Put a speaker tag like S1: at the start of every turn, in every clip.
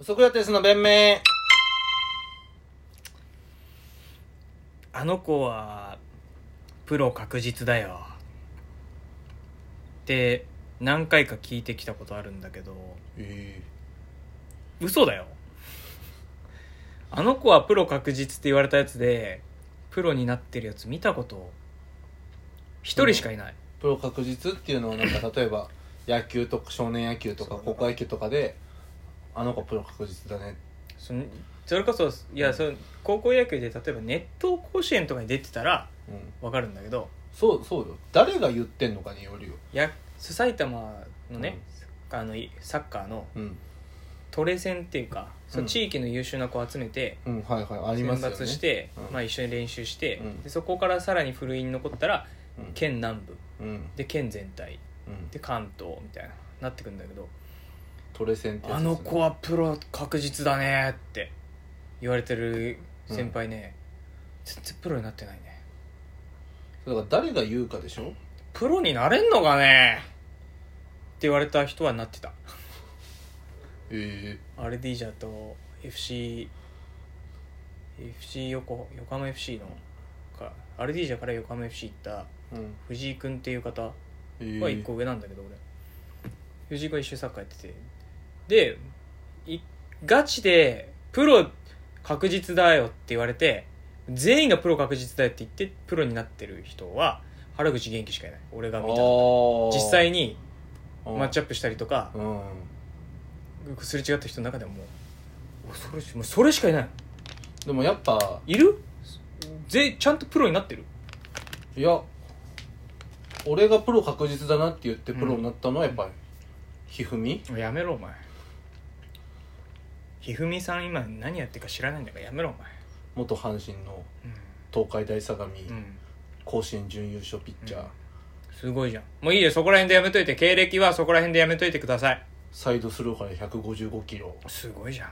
S1: ソクラテスの弁明
S2: あの子はプロ確実だよって何回か聞いてきたことあるんだけど
S1: え
S2: 嘘だよあの子はプロ確実って言われたやつでプロになってるやつ見たこと一人しかいない、
S1: プロ確実っていうのはなんか例えば野球とか少年野球とか
S2: そう
S1: 高校野球とかであの子プロ確実だね
S2: そのそれこそいやその高校野球で例えば熱湯甲子園とかに出てたら
S1: うん
S2: わかるんだけど
S1: そうそうよ誰が言ってんのかによるよ
S2: や埼玉のね、あのいサッカーの
S1: うん
S2: トレセンっていうか、そう
S1: うん
S2: 地域の優秀な子を集めて
S1: うんはいはいあり
S2: 選
S1: ますよね
S2: 抜してま、
S1: うん
S2: あ、一緒に練習して、
S1: うん
S2: でそこからさらにふるいに残ったら
S1: うん
S2: 県南部
S1: うん
S2: で県全体
S1: うん
S2: で関東みたいななってくんだけど
S1: トレセンっ
S2: 「
S1: てや
S2: あ
S1: つですね
S2: の子はプロ確実だね」って言われてる先輩ね、全然プロになってないね
S1: だから誰が言うかでしょ
S2: プロになれんのかねって言われた人はなってた
S1: え
S2: アルディージャと FC FC 横横浜 FC のかアルディージャから横浜 FC 行った
S1: えうん
S2: 藤井君っていう方は
S1: ええ
S2: 1個上なんだけど俺、藤井君は一緒にサッカーやっててでいガチでプロ確実だよって言われて全員がプロ確実だよって言ってプロになってる人は原口元気しかいない俺が見た実際
S1: に
S2: にマッチアップしたりとか
S1: うん
S2: すれ違った人の中でももうおそれしもうそれしかいない
S1: でもやっぱ
S2: いるぜちゃんとプロになってる
S1: いや俺がプロ確実だなって言ってプロになったのはやっぱりひふみ
S2: やめろお前ひふみさん今何やってるか知らないんだからやめろお前
S1: 元阪神の東海大相模、
S2: うん、うん、
S1: 甲子園準優勝ピッチャー、
S2: うんすごいじゃんもういいよそこら辺でやめといて経歴はそこら辺でやめといてください
S1: サイドスローから155キロ
S2: すごいじゃん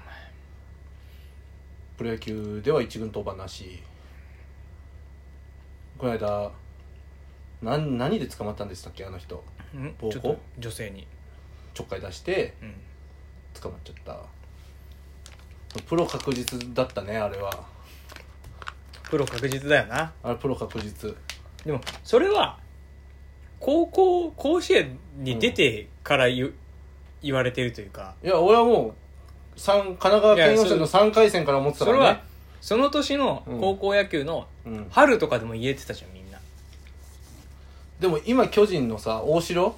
S1: プロ野球では一軍登板なしこの間何何で捕まったんでしたっけあの人
S2: お前ん
S1: 暴行
S2: ちょっと女性に
S1: ちょっかい出して
S2: うん
S1: 捕まっちゃったプロ確実だったねあれは
S2: プロ確実だよな
S1: あれプロ確実
S2: でもそれは高校甲子園に出てから言,、言われてるというか
S1: いや俺はもう三神奈川県予選の3回戦から思ってた
S2: そ
S1: か
S2: れ
S1: ら
S2: は
S1: ね
S2: その年の高校野球の
S1: うん、
S2: 春とかでも言えてたじゃんみんな
S1: でも今巨人のさ大城っ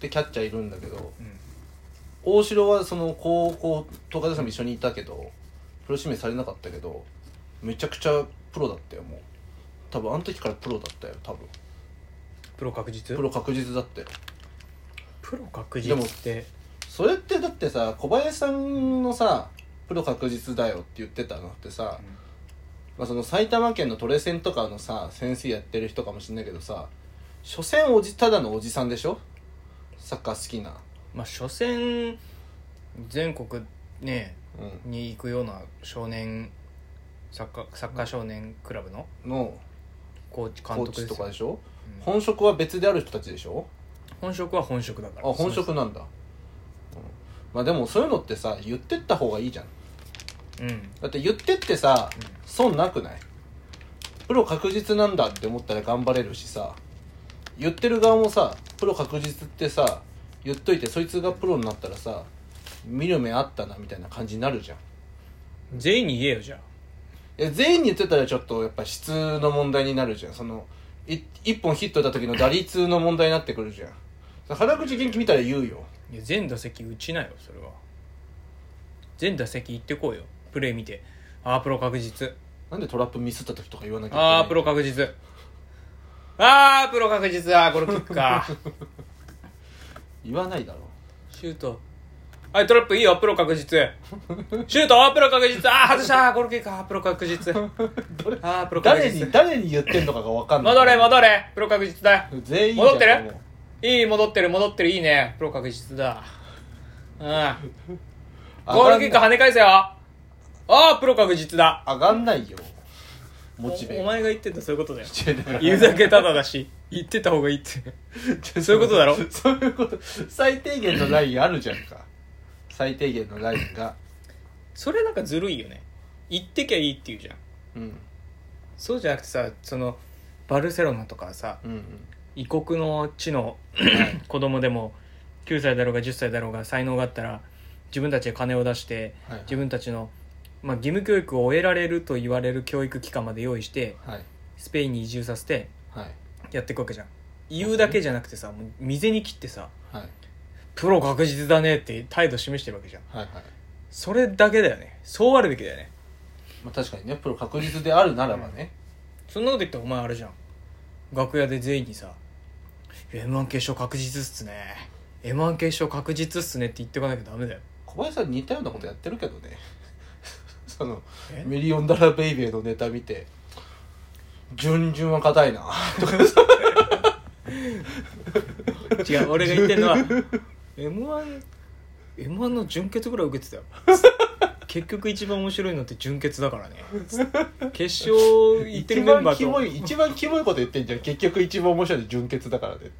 S1: てキャッチャーいるんだけど大城はその高校東海大さんも一緒にいたけどプロ指名されなかったけどめちゃくちゃプロだったよもう多分あの時からプロだったよ多分
S2: プロ確実
S1: プロ確実だったよ
S2: プロ確実って
S1: それってだってさ小林さんのさプロ確実だよって言ってたのってさ、
S2: うん
S1: まあ、その埼玉県のトレセンとかのさ先生やってる人かもしんないけどさ所詮おじただのおじさんでしょサッカー好きな
S2: まあ所詮全国ね
S1: う
S2: に行くような少年サッカーサッカー少年クラブの
S1: んの
S2: コーチ監
S1: コー
S2: 督
S1: チ
S2: で
S1: と
S2: す
S1: か
S2: よ
S1: でしょ、
S2: うん
S1: 本職は別である人たちでしょ
S2: 本職は本職だか
S1: あ
S2: ら
S1: 本職なんだ、うんまあでもそういうのってさ言ってった方がいいじゃん
S2: うん
S1: だって言ってってさ、損なくないプロ確実なんだって思ったら頑張れるしさ言ってる側もさプロ確実ってさ言っといてそいつがプロになったらさ見る目あったなみたいな感じになるじゃん
S2: 全員に言えよじゃあ
S1: え全員に言ってたらちょっとやっぱ質の問題になるじゃんそのい一本ヒット打った時の打率の問題になってくるじゃん原口元気見たら言うよ
S2: いや全打席打ちなよそれは全打席行ってこうよプレー見てああプロ確実
S1: なんでトラップミスった時とか言わなきゃいけない
S2: ああプロ確実ああプロ確実あーこれキックか
S1: 言わないだろ
S2: シュートはいトラップいいよプロ確実 シュートあープロ確実ああ外したゴールキックあープロ確実あ
S1: どれ
S2: あプロ確
S1: 誰に
S2: 実
S1: 誰に言ってんのかが分かんない
S2: 戻れ戻れプロ確実だ
S1: 全員じゃん
S2: 戻ってる
S1: もう
S2: いい戻ってる戻ってるいいねプロ確実だうん
S1: 上
S2: ゴー
S1: が
S2: ル
S1: ん
S2: キック跳ね返せよああープロ確実だ
S1: 上がんないよモチベ
S2: おお前が言ってたそういうことだよ
S1: 違うだから
S2: 言うだけただだし言ってた方がいい ってそういうことだろ
S1: そういうこと最低限のラインあるじゃんか最低限のラインが
S2: それなんかずるいよね行ってきゃいいっていうじゃん
S1: うん
S2: そうじゃなくてさそのバルセロナとかさ
S1: うん
S2: 異国の 地の子供でも9歳だろうが10歳だろうが才能があったら自分たちで金を出して
S1: はいはい
S2: 自分たちの、まあ、義務教育を終えられると言われる教育機関まで用意して
S1: はい
S2: スペインに移住させて
S1: はい
S2: やっていくわけじゃん言うだけじゃなくてさもう未然に切ってさ
S1: はい
S2: プロ確実だねって態度示してるわけじゃん
S1: はいはい
S2: それだけだよねそうあるべきだよね
S1: まあ確かにねプロ確実であるならばね
S2: そんなこと言ってお前あれじゃん楽屋で全員にさ「m 1決勝確実っすね m 1決勝確実っすね」って言ってかなきゃダメだよ
S1: 小林さん似たようなことやってるけどね その
S2: え
S1: ミリオンダラーベイベーのネタ見て「順々は硬いな」とか
S2: 違う俺が言ってんのは m 1 m 1の準決ぐらい受けてたよ結局一番面白いのって準決だからね決勝行っ
S1: 一
S2: てるメン
S1: 番
S2: バ
S1: キモ
S2: ーと
S1: い一番キモいこと言ってんじゃん結局一番面白いの準決だからねって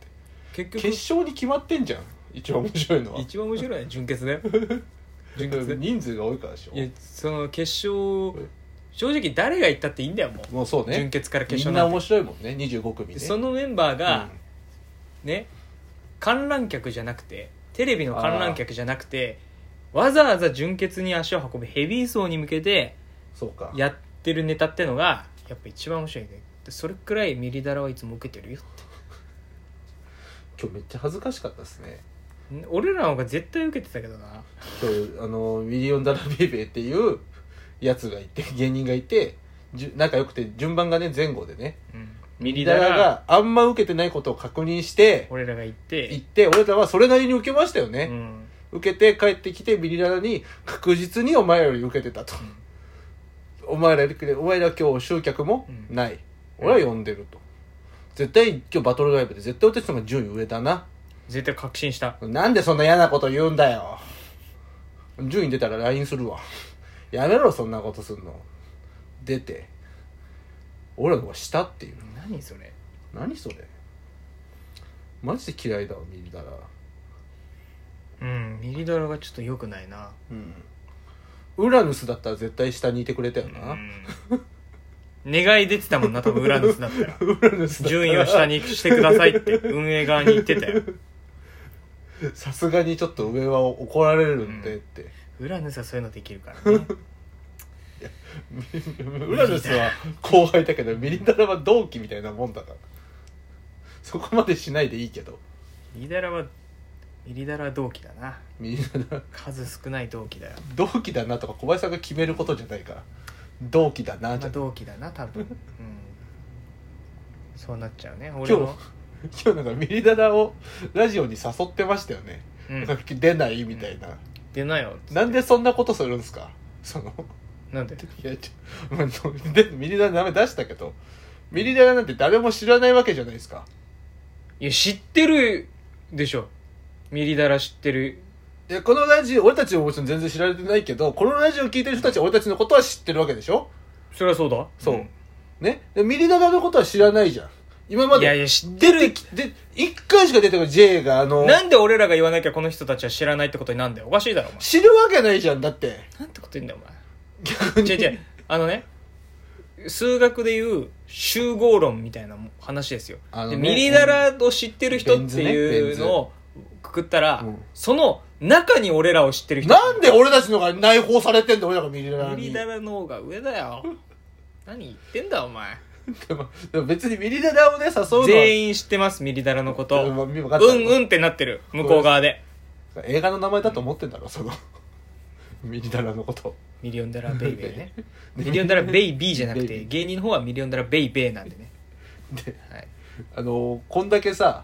S2: 結
S1: 決
S2: 局
S1: 勝に決まってんじゃん一番面白いのは
S2: 一番面白いのは準決だよ準決ね
S1: 人数が多いからでしょ
S2: いやその決勝正直誰が行ったっていいんだよもう
S1: もうそうね
S2: 準決から決
S1: み
S2: 勝
S1: ん
S2: な
S1: なん
S2: て
S1: 面白いもんね25組ね
S2: そのメンバー
S1: う
S2: が
S1: ん、
S2: ね観覧客じゃなくてテレビの観覧客じゃなくてわざわざ準決に足を運ぶヘビー層に向けて
S1: そうか
S2: やってるネタってのがやっぱ一番面白いねでそれくらいミリダラはいつも受けてるよ
S1: 今日めっちゃ恥ずかしかったですね
S2: ん俺らの方が絶対受けてたけどな
S1: 今日あのミリオンダラーベイベーっていうやつがいて芸人がいてじゅ仲良くて順番がね前後でね
S2: うんミリ
S1: リ
S2: ダ
S1: ダ
S2: ラ
S1: ラがあんま受けてないことを確認して
S2: 俺らが行って
S1: 行って俺らはそれなりに受けましたよ
S2: う
S1: ね、
S2: ん
S1: 受けて帰ってきてミリダラに確実にお前らより受けてたと、お前らよりお前ら今日集客も
S2: うん
S1: ない、俺は呼んでると絶対今日バトルライブで絶対私の方が順位上だな
S2: 絶対確信した
S1: なんでそんな嫌なこと言うんだよ順位出たら LINE するわやめろそんなことすんの出て俺らの方が下っていう
S2: 何それ
S1: 何それマジで嫌いだわ見たら
S2: うんミリダラがちょっと良くないな
S1: うんウラヌスだったら絶対下にいてくれたよな、
S2: うん 願い出てたもんな多分ウラヌスだったら
S1: ウラヌスだったら
S2: 順位を下にしてくださいって運営側に言ってたよ
S1: さすがにちょっと上は怒られるんでって、
S2: ウラヌスはそういうのできるからね
S1: ウラヌスは後輩だけどミリダラは同期みたいなもんだからそこまでしないでいいけど
S2: ミリダラはミリダラは同期だな
S1: ミリダラ
S2: 数少ない同期だよ
S1: 同期だなとか小林さんが決めることじゃないから同期だ
S2: ま
S1: な
S2: あ
S1: じゃ
S2: 同期だな多分、うん、そうなっちゃうね
S1: 今
S2: 俺
S1: 日
S2: も
S1: 今日なんかミリダラをラジオに誘ってましたよね、
S2: うん
S1: なんか出ないみたいな、
S2: 出なよ
S1: なんでそんなことするんですかその
S2: なんで
S1: いやちょ、まあどうでミリダラの名前出したけどミリダラなんて誰も知らないわけじゃないですか
S2: いや知ってるでしょミリダラ知ってる
S1: いやこのラジオ俺たちももちろん全然知られてないけどこのラジオ聞いてる人たちは俺たちのことは知ってるわけでしょ
S2: そりゃそうだ
S1: そう、
S2: ん
S1: ねでミリダラのことは知らないじゃん今まで
S2: いやいや知ってる
S1: 出きで1回しか出てこない J があの
S2: なんで俺らが言わなきゃこの人たちは知らないってことになんだよおかしいだろお前
S1: 知るわけないじゃんだって
S2: なんてこと言うんだよお前
S1: 逆に
S2: 違う違うあのね数学でいう集合論みたいなも話ですよ、
S1: あの
S2: で
S1: ね
S2: ミリダラを知ってる人って
S1: ベン
S2: いう
S1: 図ね
S2: のをくくったら、
S1: うん
S2: その中に俺らを知ってる人
S1: なんで俺たちのが内包されてんだ俺らがミリダラ
S2: ミ
S1: に
S2: リダラの方が上だよ何言ってんだお前
S1: でもでも別にミリダラをね誘うのは員
S2: 全員知ってますミリダラのこと
S1: う
S2: うん
S1: ん分かった
S2: うんってなってる向こう側で
S1: 映画の名前だと思ってんだろそのミリダラのこと
S2: ミリオンダラベイベーね
S1: ベイ
S2: ミリオンダラベイビーじゃなく
S1: ベイ
S2: て
S1: ビー
S2: 芸人の方はミリオンダラベイベーなんでね
S1: で
S2: はい
S1: あのこんだけさ、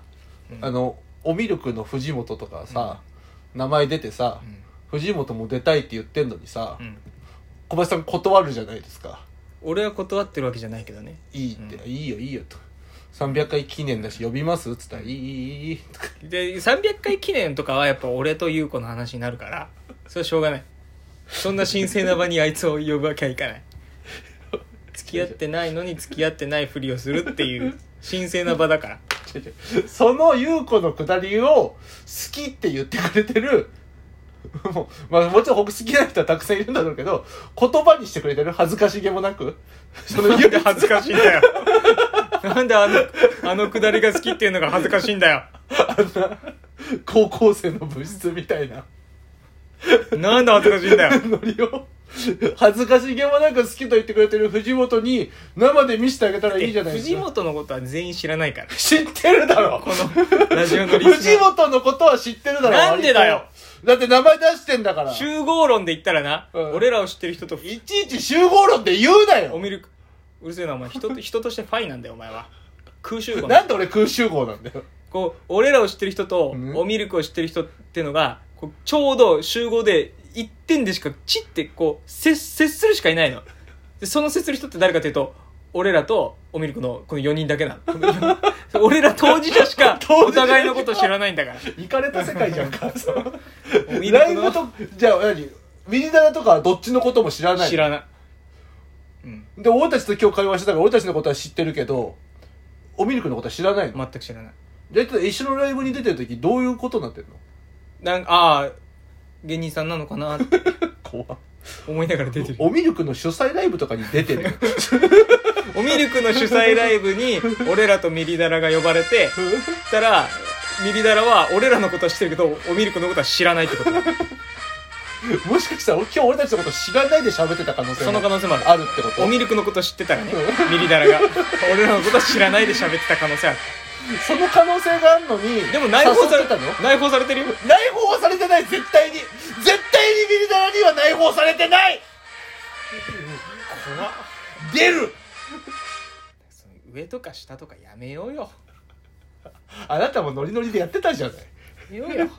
S2: うん
S1: あのおミルクの藤本とかさ、名前出てさ、藤本も出たいって言ってんのにさ、
S2: うんうん
S1: 小林さん断るじゃないですか
S2: 俺は断ってるわけじゃないけどね
S1: いいって、
S2: う
S1: いいよいいよと300回記念だし呼びますっつったら「いいいいいい」とか
S2: で300回記念とかはやっぱ俺と優子の話になるからそれはしょうがないそんな神聖な場にあいつを呼ぶわけはいかない付き合ってないのに付き合ってないふりをするっていう神聖な場だから
S1: 違う違うその優子のくだりを好きって言ってくれてるもうまあ、もちろん僕好きな人はたくさんいるんだろうけど言葉にしてくれてる恥ずかしげもなくその
S2: なんで恥ずかしいんだよなんであのあのくだりが好きっていうのが恥ずかしいんだよ
S1: 高校生の部室みたいな
S2: なんで恥ずかしいんだよ
S1: ノリを恥ずかしげもなく好きと言ってくれてる藤本に生で見せてあげたらいいじゃないです
S2: 藤
S1: か
S2: 本のことは全員知らないから
S1: 知ってるだろ
S2: このラジオのリス
S1: 藤
S2: ナ
S1: 本のことは知ってるだろ
S2: なんでだよ
S1: 割とだって名前出してんだから
S2: ー集合論で言ったらな、
S1: うん
S2: 俺らを知ってる人と
S1: いちいち集合論で言うな
S2: お
S1: よ
S2: みるうるせえなお前人 と人としてファイなんだよお前は空集合
S1: なんで俺空集合なんだよ
S2: こう俺らを知ってる人と、
S1: うん
S2: おミルクを知ってる人ってのがこうちょうど集合で一点でしかチってこう接接するしかいないのでその接する人って誰かというと俺らとおミルクのこの4人だけな の俺ら当事者しか
S1: 当
S2: お
S1: 事者しか
S2: 互いのこと知らないんだから
S1: 行かれた世界じゃんかその
S2: おミル
S1: ライ
S2: ク
S1: ブ
S2: の
S1: とじゃあ何ミニダラとかはどっちのことも知らない
S2: 知らない、うん、
S1: で俺たちと今日会話してたから俺たちのことは知ってるけどおミルクのことは知らないの
S2: 全く知らない
S1: じゃあ一緒のライブに出てる時どういうことになって んの
S2: なんああ芸人さんなのかなって
S1: 怖っ
S2: 思いながら出てる
S1: おミルクの主催ライブとかに出てる
S2: おミルクの主催ライブに俺らとミリダラが呼ばれてったらミリダラは俺らのことは知ってるけどおミルクのことは知らないってことだ
S1: もしかしたら今日俺たちのこと知らないで喋ってた可能性
S2: その可
S1: も
S2: 能性もある
S1: あるってこと
S2: おミルクのこと知ってたらねミリダラが俺らのことは知らないで喋ってた可能性ある
S1: その可能性があるのに
S2: でも内包さ
S1: 誘
S2: れ
S1: ってたの
S2: 内包されてるよ
S1: 内包はされてない絶対に絶対にビリダラには内包されてない
S2: 怖っ
S1: 出る
S2: その上とか下とかやめようよ
S1: あなたもノリノリでやってたじゃない
S2: やめようよ